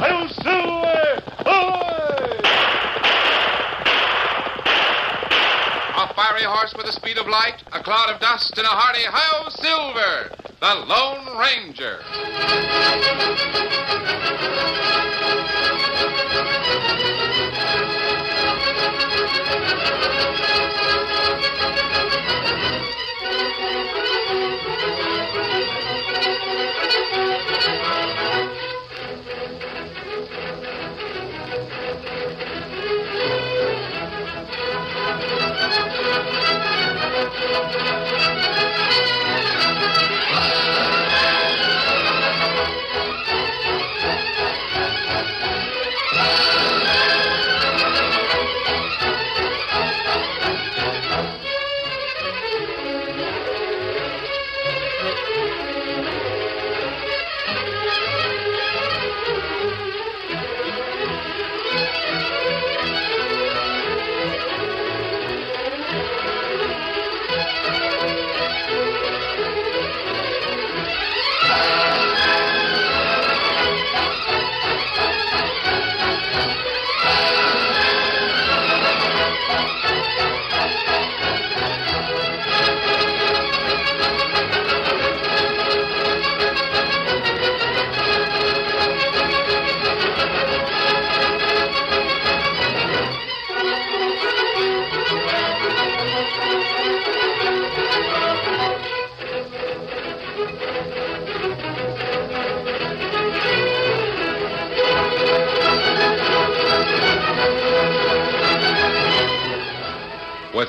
Hail Silver! Ahoy! A fiery horse with the speed of light, a cloud of dust, and a hearty Ho Silver, the Lone Ranger. With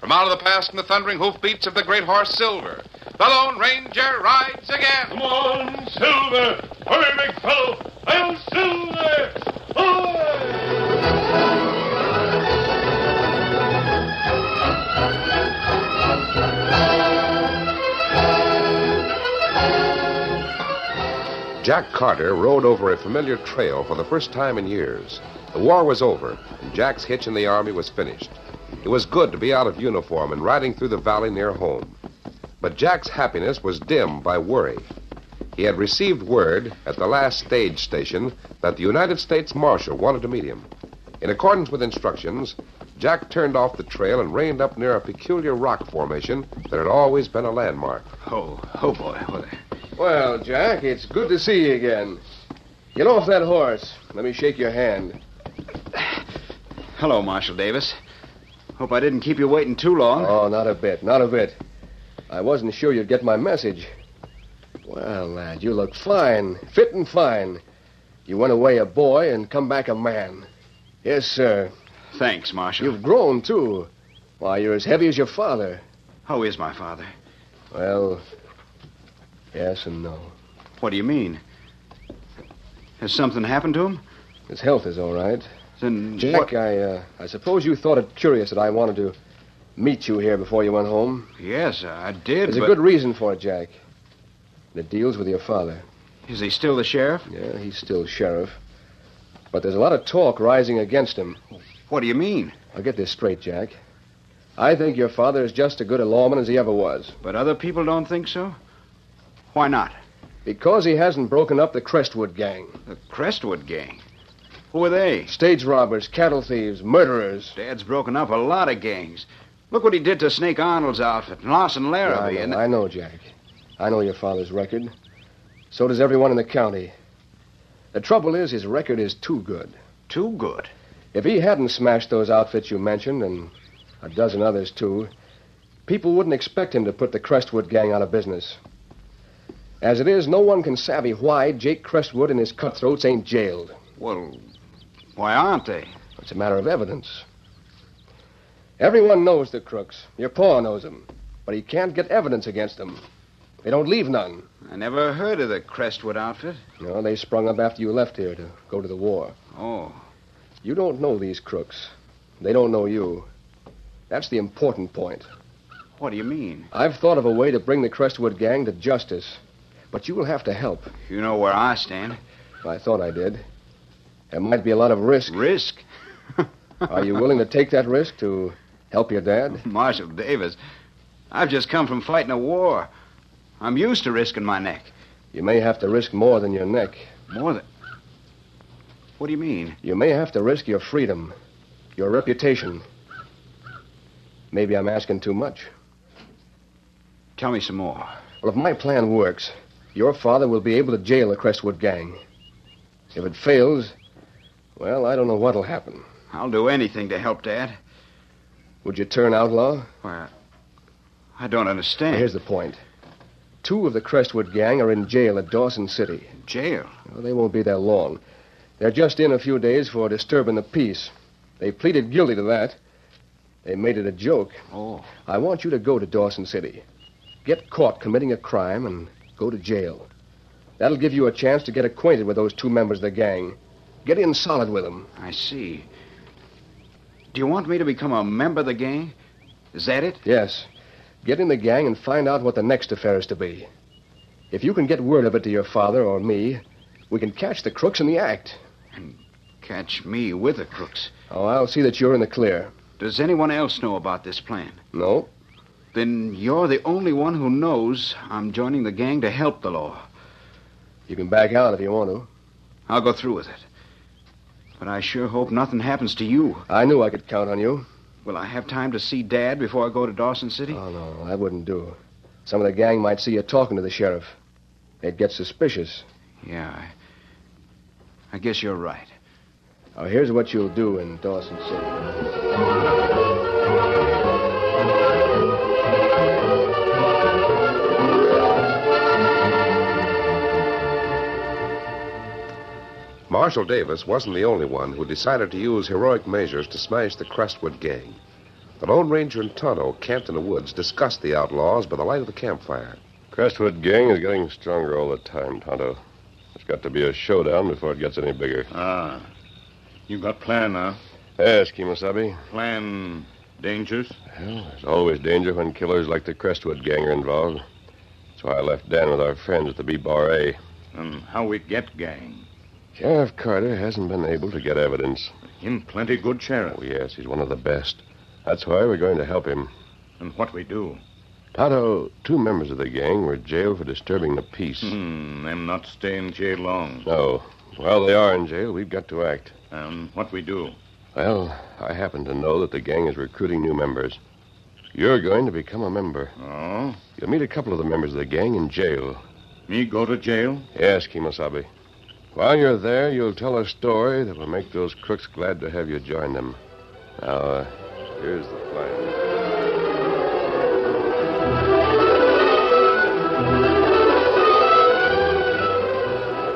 From out of the past and the thundering hoofbeats of the great horse Silver, the Lone Ranger rides again. Come on, Silver! Hurry, big fellow! Hail Silver! Ahoy! Jack Carter rode over a familiar trail for the first time in years. The war was over, and Jack's hitch in the Army was finished. It was good to be out of uniform and riding through the valley near home. But Jack's happiness was dimmed by worry. He had received word at the last stage station that the United States Marshal wanted to meet him. In accordance with instructions, Jack turned off the trail and reined up near a peculiar rock formation that had always been a landmark. Oh, oh boy. What a... Well, Jack, it's good to see you again. Get off that horse. Let me shake your hand. Hello, Marshal Davis. Hope I didn't keep you waiting too long. Oh, not a bit, not a bit. I wasn't sure you'd get my message. Well, lad, you look fine, fit and fine. You went away a boy and come back a man. Yes, sir. Thanks, Marshal. You've grown, too. Why, you're as heavy as your father. How is my father? Well, yes and no. What do you mean? Has something happened to him? His health is all right. Then Jack, what- I, uh, I suppose you thought it curious that I wanted to meet you here before you went home. Yes, I did. There's a but good reason for it, Jack. It deals with your father. Is he still the sheriff? Yeah, he's still sheriff. But there's a lot of talk rising against him. What do you mean? I'll get this straight, Jack. I think your father is just as good a lawman as he ever was. But other people don't think so. Why not? Because he hasn't broken up the Crestwood gang. The Crestwood gang. Who are they? Stage robbers, cattle thieves, murderers. Dad's broken up a lot of gangs. Look what he did to Snake Arnold's outfit, and Lawson I, Larrabee, know, and I know, Jack. I know your father's record. So does everyone in the county. The trouble is, his record is too good. too good. If he hadn't smashed those outfits you mentioned, and a dozen others, too, people wouldn't expect him to put the Crestwood gang out of business. As it is, no one can savvy why Jake Crestwood and his cutthroats ain't jailed. Well, Why aren't they? It's a matter of evidence. Everyone knows the crooks. Your paw knows them. But he can't get evidence against them. They don't leave none. I never heard of the Crestwood outfit. No, they sprung up after you left here to go to the war. Oh, You don't know these crooks. They don't know you. That's the important point. what do you mean? I've thought of a way to bring the Crestwood gang to justice. But you will have to help. You know where I stand. I thought I did. There might be a lot of risk. Risk. Are you willing to take that risk to help your dad? Marshal Davis, I've just come from fighting a war. I'm used to risking my neck. You may have to risk more than your neck. More than. What do you mean? You may have to risk your freedom, your reputation. Maybe I'm asking too much. Tell me some more. Well, if my plan works, your father will be able to jail the Crestwood gang. If it fails, well, I don't know what'll happen. I'll do anything to help Dad. Would you turn outlaw? Well, I don't understand. Here's the point. Two of the Crestwood gang are in jail at Dawson City. jail. Well, they won't be there long. They're just in a few days for disturbing the peace. They pleaded guilty to that. They made it a joke. Oh. I want you to go to Dawson City. Get caught committing a crime and go to jail. That'll give you a chance to get acquainted with those two members of the gang. Get in solid with them. I see. Do you want me to become a member of the gang? Is that it? Yes. Get in the gang and find out what the next affair is to be. If you can get word of it to your father or me, we can catch the crooks in the act. Catch me with the crooks. Oh, I'll see that you're in the clear. Does anyone else know about this plan? No? Then you're the only one who knows I'm joining the gang to help the law. You can back out if you want to. I'll go through with it. But I sure hope nothing happens to you. I knew I could count on you. Will I have time to see Dad before I go to Dawson City? Oh, no, that wouldn't do. Some of the gang might see you talking to the sheriff. They'd get suspicious. yeah, I, I guess you're right. Now, here's what you'll do in Dawson City. Marshal Davis wasn't the only one who decided to use heroic measures to smash the Crestwood gang. The Lone Ranger and Tonto, camped in the woods, discussed the outlaws by the light of the campfire. Crestwood gang is getting stronger all the time, Tonto. There's got to be a showdown before it gets any bigger. Ah. You got plan, huh? Yes, Kimosabe. Plan dangers? Well, there's always danger when killers like the Crestwood gang are involved. That's why I left Dan with our friends at the B-Bar-A. And how we get gang? Sheriff Carter hasn't been able to get evidence. Him plenty good sheriff. Oh, yes, he's one of the best. That's why we're going to help him. And what we do? Tonto, two members of the gang were jailed for disturbing the peace. Mm-hmm. Hmm, them not stay in jail long. No. While they are in jail, we've got to act. And what we do? Well, I happen to know that the gang is recruiting new members. You're going to become a member. Oh, You'll meet a couple of the members of the gang in jail. me go to jail? Yes, Kimosabe. While you're there, you'll tell a story that will make those crooks glad to have you join them. Now, uh, here's the plan.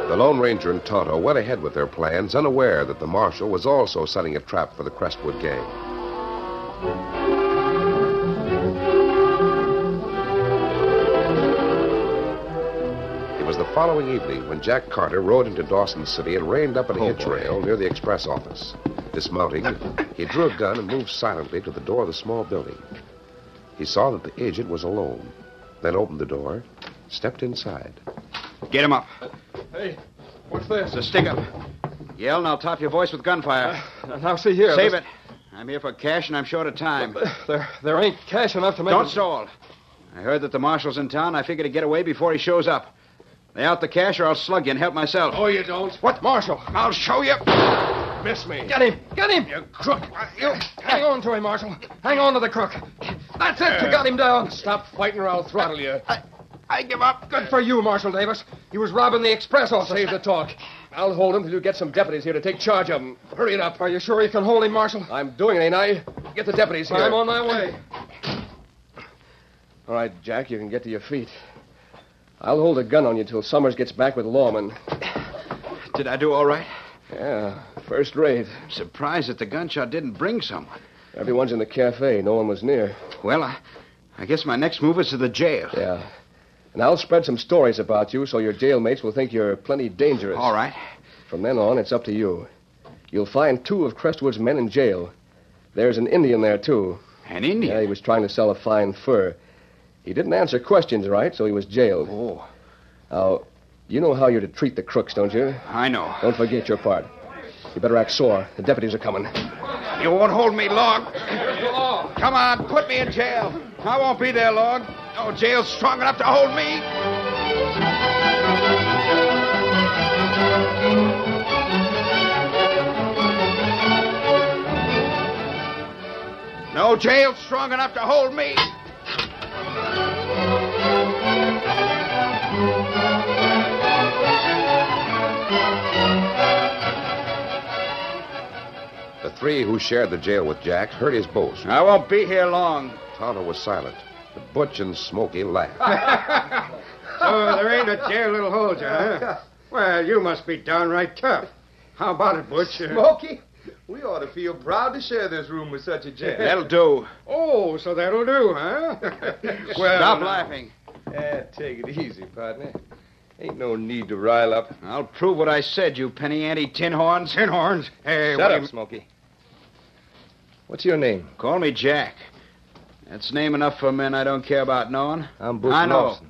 The Lone Ranger and Tonto went ahead with their plans, unaware that the marshal was also setting a trap for the Crestwood gang. It was the following evening when Jack Carter rode into Dawson City and reined up at a hitch rail near the express office. Dismounting, he drew a gun and moved silently to the door of the small building. He saw that the agent was alone, then opened the door, stepped inside. Get him up. What's this? So stick up. Yell, and I'll top your voice with gunfire. Ah. Now, see here. Save it. I'm here for cash, and I'm short of time. There, there ain't cash enough to make. Don't it- stall. I heard that the marshal's in town. I figure to get away before he shows up. Lay out the cash, or I'll slug you and help myself. Oh, you don't. What, Marshal? I'll show you. Miss me. Get him! Get him! You crook! You hang on to him, Marshal. Hang on to the crook. That's it. You got him down. Uh, Stop fighting, or I'll throttle you. I, I give up. Good for you, Marshal Davis. He was robbing the express office. Save the talk. I'll hold him till you get some deputies here to take charge of him. Hurry it up. Are you sure you can hold him, Marshal? I'm doing it, ain't I? Get the deputies here. I'm on my way. All right, Jack, you can get to your feet. I'll hold a gun on you till Summers gets back with lawmen. Did I do all right? Yeah, First rate. Surprised that the gunshot didn't bring someone. Everyone's in the cafe. No one was near. Well, I, I guess my next move is to the jail. Yeah. And I'll spread some stories about you so your jailmates will think you're plenty dangerous. All right. From then on, it's up to you. You'll find two of Crestwood's men in jail. There's an Indian there, too. An Indian. Yeah, he was trying to sell a fine fur. He didn't answer questions right, so he was jailed. Oh, Now, you know how you're to treat the crooks, don't you? I know. Don't forget your part. You better act sore. The deputies are coming. You won't hold me long. Come on, put me in jail. I won't be there long. No jail's strong enough to hold me. No jail's strong enough to hold me. The three who shared the jail with Jack heard his boast. I won't be here long. Tonto was silent, but Butch and Smoky laughed. Oh, there ain't a jail that'll hold you, huh? Well, you must be downright tough. How about it, Butch? Uh, Smokey, we ought to feel proud to share this room with such a gent. That'll do. Oh, so that'll do, huh? well, Stop now. laughing. Eh, take it easy, partner. Ain't no need to rile up. I'll prove what I said, you penny ante tin horns. Tin horns. Hey, Shut what do up, you- Smokey. What's your name? Call me Jack. That's name enough for men I don't care about knowing. I'm Butch I know. Lawson.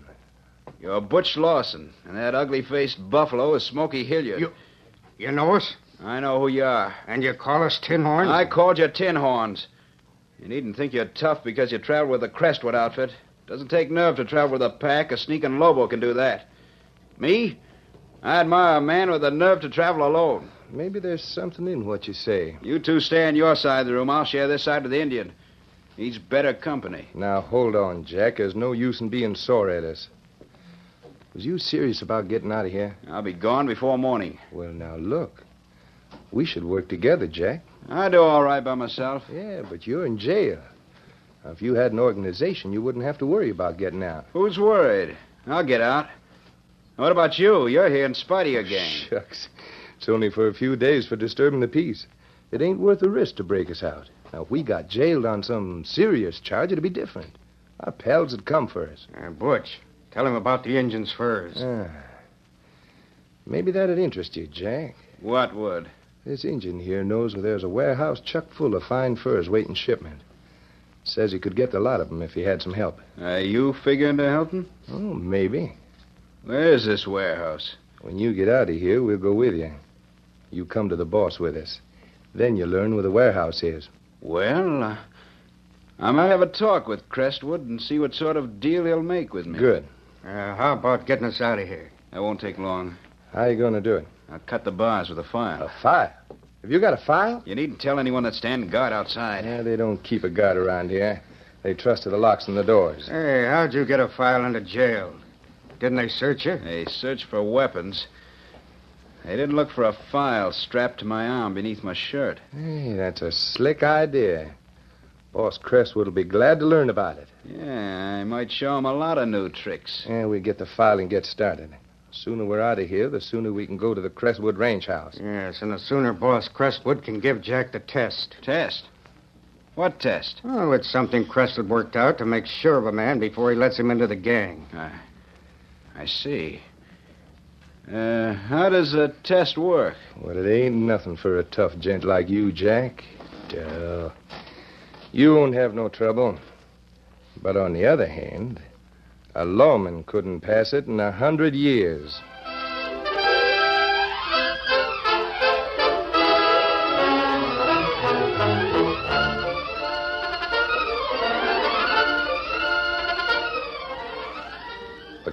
You're Butch Lawson, and that ugly faced buffalo is Smoky Hilliard. You- You know us, I know who you are. and you call us tin horns? I called you Tin Horns. You needn't think you're tough because you travel with the Crestwood outfit. Doesn't take nerve to travel with a pack. A sneaking Lobo can do that. Me? I admire a man with the nerve to travel alone. Maybe there's something in what you say. You two stay on your side of the room. I'll share this side with the Indian. He's better company. Now, hold on, Jack. There's no use in being sore at us. Was you serious about getting out of here? I'll be gone before morning. Well, now, look. We should work together, Jack. I do all right by myself. Yeah, but you're in jail. Now, if you had an organization, you wouldn't have to worry about getting out. Who's worried? I'll get out. What about you? You're here in spite of your gang. Shucks. It's only for a few days for disturbing the peace. It ain't worth the risk to break us out. Now, if we got jailed on some serious charge, it'd be different. Our pals would come for us. Uh, Butch, tell him about the Injun's furs. Ah. Maybe that'd interest you, Jack. What would? This Indian here knows where there's a warehouse chuck full of fine furs waiting shipment. Says he could get the lot of 'em if he had some help. Are you figuring to help him? Oh, maybe. Where is this warehouse? When you get out of here, we'll go with you. You come to the boss with us. Then you learn where the warehouse is. Well, uh, I might have a talk with Crestwood and see what sort of deal he'll make with me. Good. Uh, how about getting us out of here? That won't take long. How you going to do it? I'll cut the bars with a A file. file? Have you got a file? You needn't tell anyone that's standing guard outside. Yeah, they don't keep a guard around here. They trust to the locks and the doors. Er. Hey, how'd you get a file into jail? Didn't they search you? They searched for weapons. They didn't look for a file strapped to my arm beneath my shirt. Hey, that's a slick idea. Boss Crestwood will be glad to learn about it. Yeah, I might show him a lot of new tricks. Yeah, we get the file and get started. Sooner we're out of here, the sooner we can go to the Crestwood ranch house. Yes, and the sooner Boss Crestwood can give Jack the test. Test? What test? Oh, it's something Crestwood worked out to make sure of a man before he lets him into the gang. I see. Uh, how does a test work? Well, it ain't nothing for a tough gent like you, Jack. Duh. You won't have no trouble. But on the other hand, a lawman couldn't pass it in a hundred years. The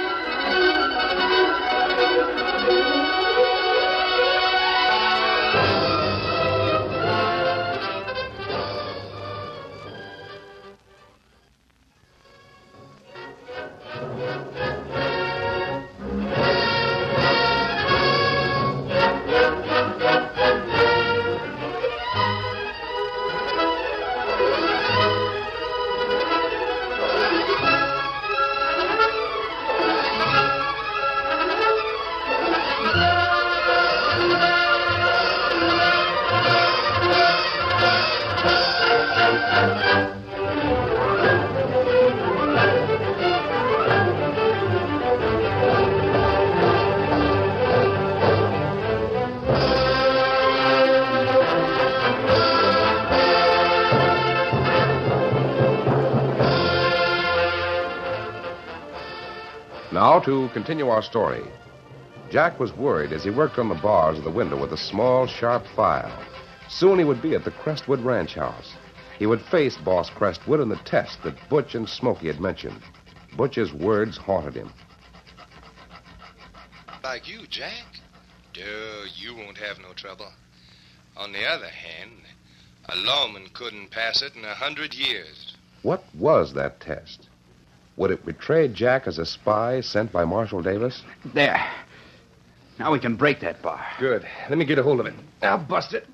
Now, to continue our story. Jack was worried as he worked on the bars of the window with a small, sharp file. Soon he would be at the Crestwood ranch house. He would face Boss Crestwood in the test that Butch and Smoky had mentioned. Butch's words haunted him. Like you, Jack? Duh, you won't have no trouble. On the other hand, a lawman couldn't pass it in a hundred years. What was that test? Would it betray Jack as a spy sent by Marshal Davis? There. Now we can break that bar. Good. Let me get a hold of it. I'll bust it.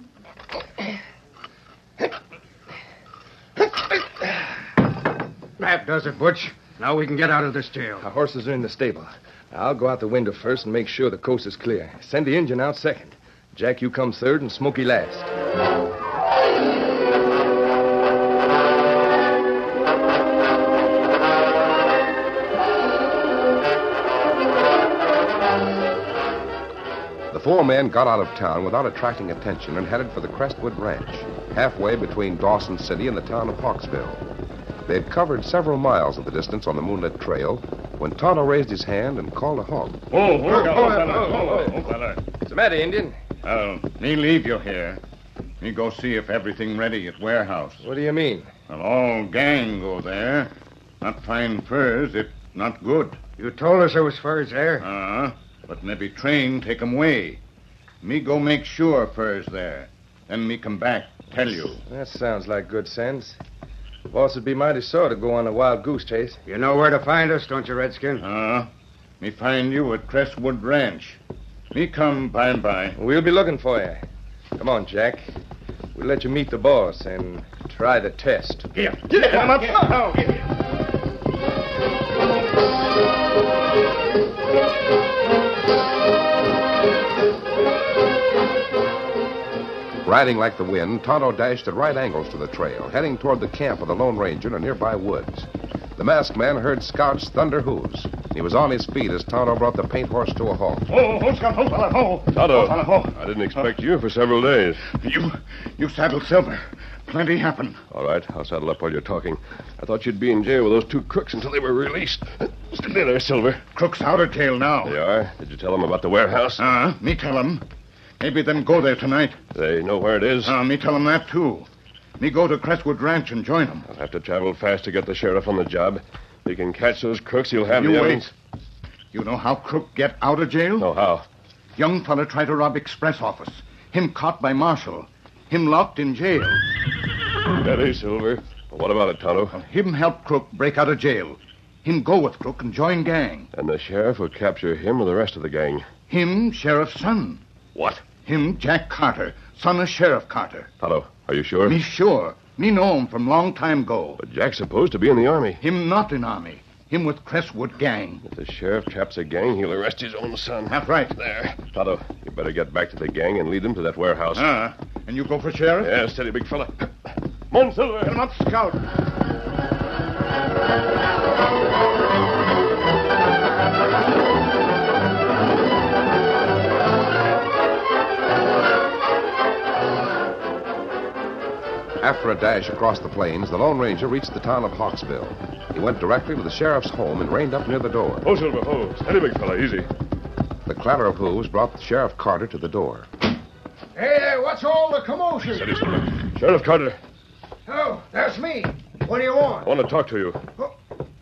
That does it, Butch. Now we can get out of this jail. Our horses are in the stable. I'll go out the window first and make sure the coast is clear. Send the engine out second. Jack, you come third, and Smoky last. The four men got out of town without attracting attention and headed for the Crestwood Ranch, halfway between Dawson City and the town of Hawksville. They had covered several miles of the distance on the moonlit trail when Tonto raised his hand and called a halt. Oh, hold Oh, oh, on, fella. oh, Hold on, oh. hold on. What's the matter, Indian? Well, Uh, me leave you here. Me go see if everything ready at warehouse. What do you mean? Well, all gang go there. Not find furs, it not good. You told us there was furs there. Uh-huh. But maybe train take 'em way. Me go make sure furs there. Then me come back, tell you. That sounds like good sense. Boss would be mighty sore to go on a wild goose chase. You know where to find us, don't you, Redskin? Uh-huh. Me find you at Crestwood Ranch. Me come by and by. We'll be looking for you. Come on, Jack. We'll let you meet the boss and try the test. Here, get him up. Oh, Riding like the wind, Tonto dashed at right angles to the trail, heading toward the camp of the Lone Ranger in a nearby woods. The masked man heard Scout's thunder hooves. He was on his feet as Tonto brought the paint horse to a halt. Oh, hold, Scott, hold, fella, hold. Hold, fella, hold. I didn't expect you for several days. You, you saddle Silver. Plenty happen. All right, I'll saddle up while you're talking. I thought you'd be in jail with those two crooks until they were released. Stay there, Silver. Crooks out of jail now. They are. Did you tell them about the warehouse? Uh, me tell 'em. Maybe them go there tonight. They know where it is. Uh, me tell 'em that, too. Me go to Crestwood Ranch and join 'em. I'll have to travel fast to get the sheriff on the job. If you can catch those crooks, you'll have You the wait. evidence. You know how crook get out of jail? No, how? Young fella try to rob express office. Him caught by marshal. Him locked in jail. Steady, Silver. What about it, Tonto? Him help crook break out of jail. Him go with crook and join gang. And the sheriff will capture him or the rest of the gang. Him sheriff's son. What? Him Jack Carter, son of Sheriff Carter. Tonto, are you sure? Me sure. Me know him from long time go. But Jack's supposed to be in the army. Him not in army. Him with Crestwood gang. If the sheriff traps a gang, he'll arrest his own son. That's right. There. Tonto, you better get back to the gang and lead them to that warehouse. Uh, Ah, and you go for sheriff? Yeah, steady, big fella. Mon Silver. Get him up, scout. After a dash across the plains, the Lone Ranger reached the town of Hawksville. He went directly to the sheriff's home and reined up near the door. Ho, Silver, ho. Steady, big fella, easy. The clatter of hooves brought Sheriff Carter to the door. Hey there, what's all the commotion? Steady, Silver. Sheriff Carter, Oh, that's me. What do you want? Oh, I want to talk to you.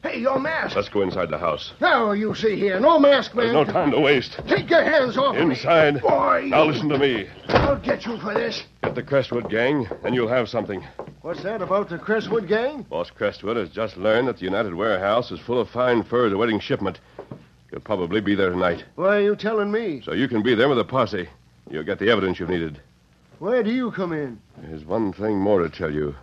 Hey, your mask. Let's go inside the house. Now, you see here, no mask, man. There's no time to waste. Take your hands off of me. Inside. Boy, Now listen to me. I'll get you for this. Get the Crestwood gang, and you'll have something. What's that about the Crestwood gang? Boss Crestwood has just learned that the United Warehouse is full of fine furs awaiting shipment. You'll probably be there tonight, Why are you telling me? so you can be there with a posse. You'll get the evidence you've needed. Where do you come in? There's one thing more to tell you.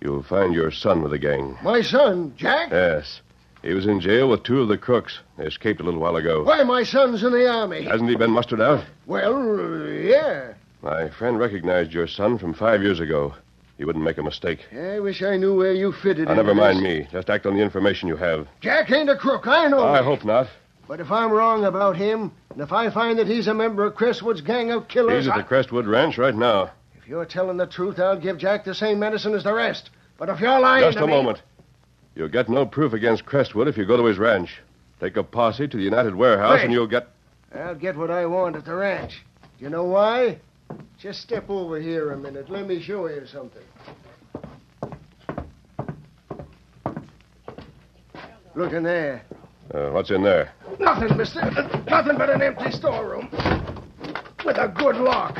You'll find your son with the gang. My son, Jack? Yes. He was in jail with two of the crooks. They escaped a little while ago. Why, my son's in the army. Hasn't he been mustered out? Well, uh, yeah. My friend recognized your son from five years ago. You wouldn't make a mistake. I wish I knew where you fitted Now, into Ah, never this. mind me. Just act on the information you have. Jack ain't a crook, I know. I hope not. But if I'm wrong about him, and if I find that he's a member of Crestwood's gang of killers, He's at I- the Crestwood Ranch right now. if you're telling the truth, I'll give Jack the same medicine as the rest. But if you're lying Just to a me- moment. You'll get no proof against Crestwood if you go to his ranch. Take a posse to the United Warehouse Wait. and you'll get. I'll get what I want at the ranch. You know why? Just step over here a minute. Let me show you something. Look in there. Uh, what's in there? Nothing, mister. Nothing but an empty storeroom. With a good lock.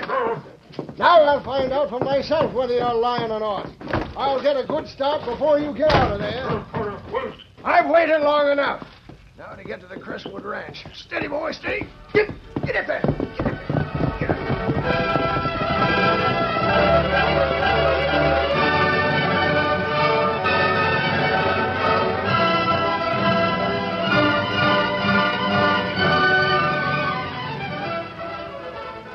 Now I'll find out for myself whether you're lying or not. I'll get a good start before you get out of there. I've waited long enough. Now to get to the Crestwood Ranch. Steady, boy, steady. Get, get it there.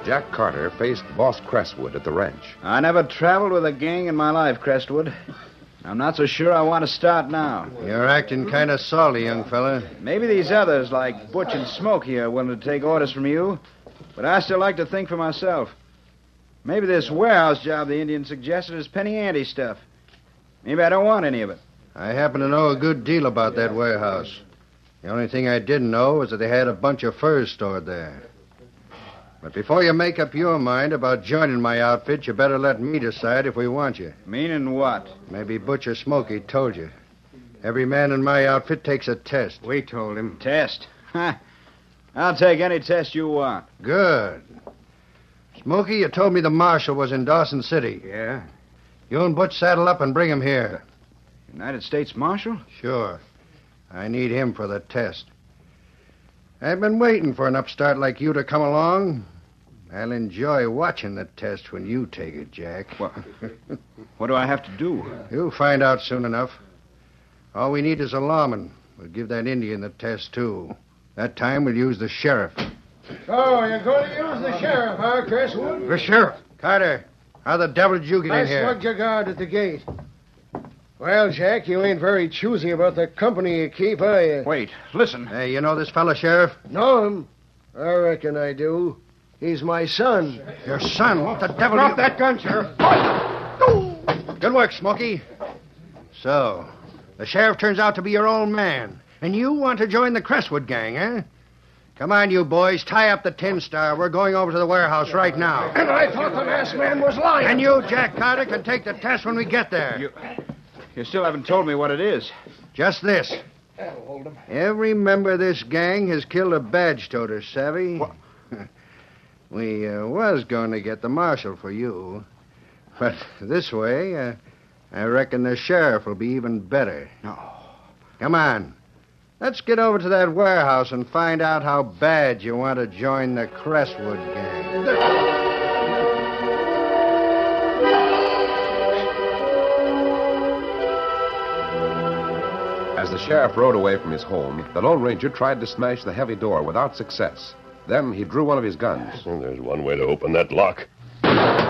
Jack Carter faced Boss Crestwood at the ranch. I never traveled with a gang in my life, Crestwood. I'm not so sure I want to start now. You're acting kind of salty, young fella. Maybe these others, like Butch and Smokey, are willing to take orders from you, but I still like to think for myself. Maybe this warehouse job the Indian suggested is penny ante stuff. Maybe I don't want any of it. I happen to know a good deal about that warehouse. The only thing I didn't know was that they had a bunch of furs stored there. But before you make up your mind about joining my outfit, you better let me decide if we want you. Meaning what? Maybe Butcher Smoky told you. Every man in my outfit takes a test. We told him. Test? I'll take any test you want. Good. Smoky, you told me the marshal was in Dawson City. Yeah. You and Butch saddle up and bring him here. United States Marshal? Sure. I need him for the test. I've been waiting for an upstart like you to come along. I'll enjoy watching the test when you take it, Jack. What, what do I have to do? You'll find out soon enough. All we need is a lawman. We'll give that Indian the test, too. That time we'll use the sheriff. So, you're going to use the sheriff, huh, Crestwood? The sheriff? Carter, how the devil did you get in I here? slugged your guard at the gate. Well, Jack, you ain't very choosy about the company you keep, are you? Wait, listen. Hey, you know this fellow, Sheriff? Know him? I reckon I do. He's my son. Your son? What the devil? Drop you- that gun, Sheriff. Good work, Smoky. So, the sheriff turns out to be your old man, and you want to join the Crestwood gang, eh? Come on, you boys, tie up the Tin Star. We're going over to the warehouse right now. And I thought the masked man was lying. And you, Jack Carter, can take the test when we get there. You still haven't told me what it is. Just this. That'll hold him. Every member of this gang has killed a badge toter, savvy? we uh, was going to get the marshal for you, but this way, uh, I reckon the sheriff will be even better. No. Come on. Let's get over to that warehouse and find out how bad you want to join the Crestwood gang. As the sheriff rode away from his home, the Lone Ranger tried to smash the heavy door without success. Then he drew one of his guns. Well, there's one way to open that lock. Now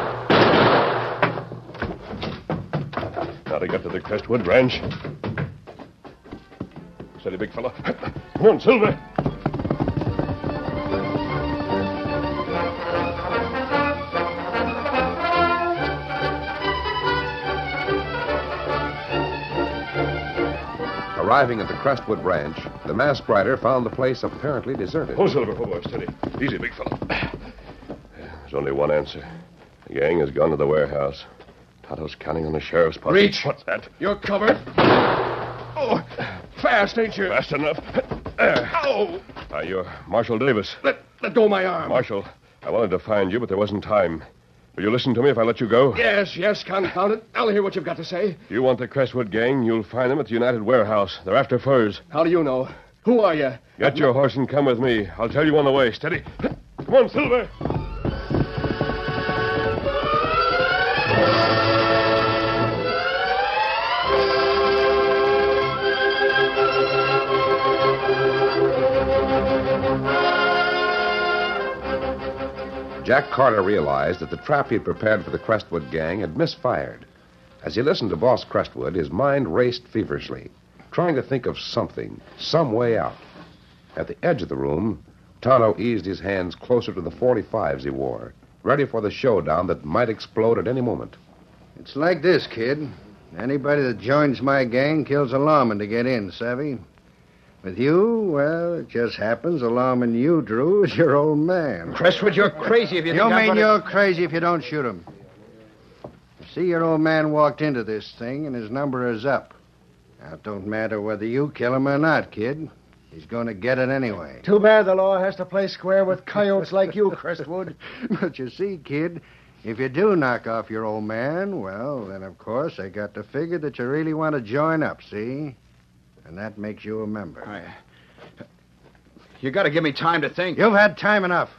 to get to the Crestwood Ranch. Steady, big fella. Come on, Silver. Arriving at the Crestwood Ranch, the masked rider found the place apparently deserted. Oh, Silver, oh, boy, steady. Easy, big fella. There's only one answer. The gang has gone to the warehouse. Tonto's counting on the sheriff's posse. Reach. What's that? You're covered. Oh, fast, ain't you? Fast enough. There. Ow! Uh, you're Marshal Davis. Let, let go of my arm. Marshal, I wanted to find you, but there wasn't time. Will you listen to me if I let you go? Yes, yes, confound it. I'll hear what you've got to say. You want the Crestwood gang, you'll find them at the United Warehouse. They're after furs. How do you know? Who are you? Get your horse and come with me. I'll tell you on the way. Steady. Come on, Silver. Jack Carter realized that the trap he'd prepared for the Crestwood gang had misfired. As he listened to Boss Crestwood, his mind raced feverishly, trying to think of something, some way out. At the edge of the room, Tonto eased his hands closer to the 45s he wore, ready for the showdown that might explode at any moment. It's like this, kid. Anybody that joins my gang kills a lawman to get in, savvy? With you, well, it just happens alarming you, Drew, is your old man. Crestwood, you're crazy if you think I'm mean gonna- you're crazy if you don't shoot him. See, your old man walked into this thing, and his number is up. Now, it don't matter whether you kill him or not, kid. He's going to get it anyway. Too bad the law has to play square with coyotes like you, Crestwood. But you see, kid, if you do knock off your old man, well, then of course I got to figure that you really want to join up, see? And that makes you a member. You gotta give me time to think. You've had time enough.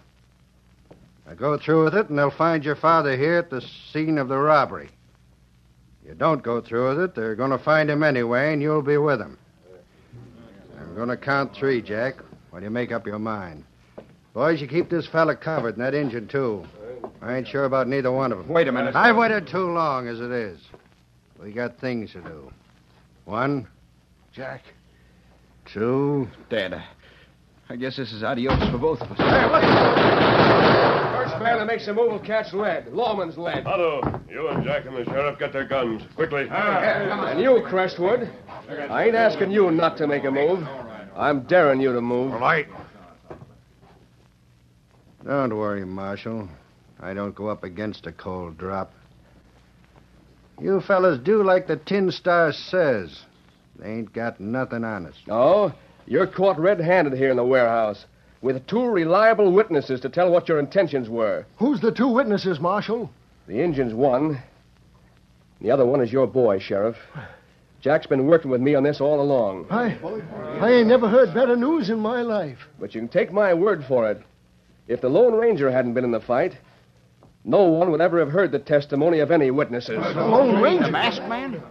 Now go through with it, and they'll find your father here at the scene of the robbery. You don't go through with it, they're going to find him anyway, and you'll be with him. I'm going to count three, Jack, while you make up your mind. Boys, you keep this fella covered, and that engine, too. I ain't sure about neither one of them. Wait a minute. I've waited too long, as it is. We got things to do. One, Jack. two. Dad, I guess this is adios for both of us. First man that makes a move will catch lead. Lawman's lead. Otto, you and Jack and the sheriff get their guns quickly. Ah. And you, Crestwood. I ain't asking you not to make a move. I'm daring you to move. All right. Don't worry, Marshal. I don't go up against a cold drop. You fellas do like the Tin Star says. They ain't got nothing on us. No, you're caught red-handed here in the warehouse with two reliable witnesses to tell what your intentions were. Who's the two witnesses, Marshal? The engine's one. The other one is your boy, Sheriff. Jack's been working with me on this all along. I, I ain't never heard better news in my life. But you can take my word for it. If the Lone Ranger hadn't been in the fight, no one would ever have heard the testimony of any witnesses. The Lone Ranger? The masked man?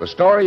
The story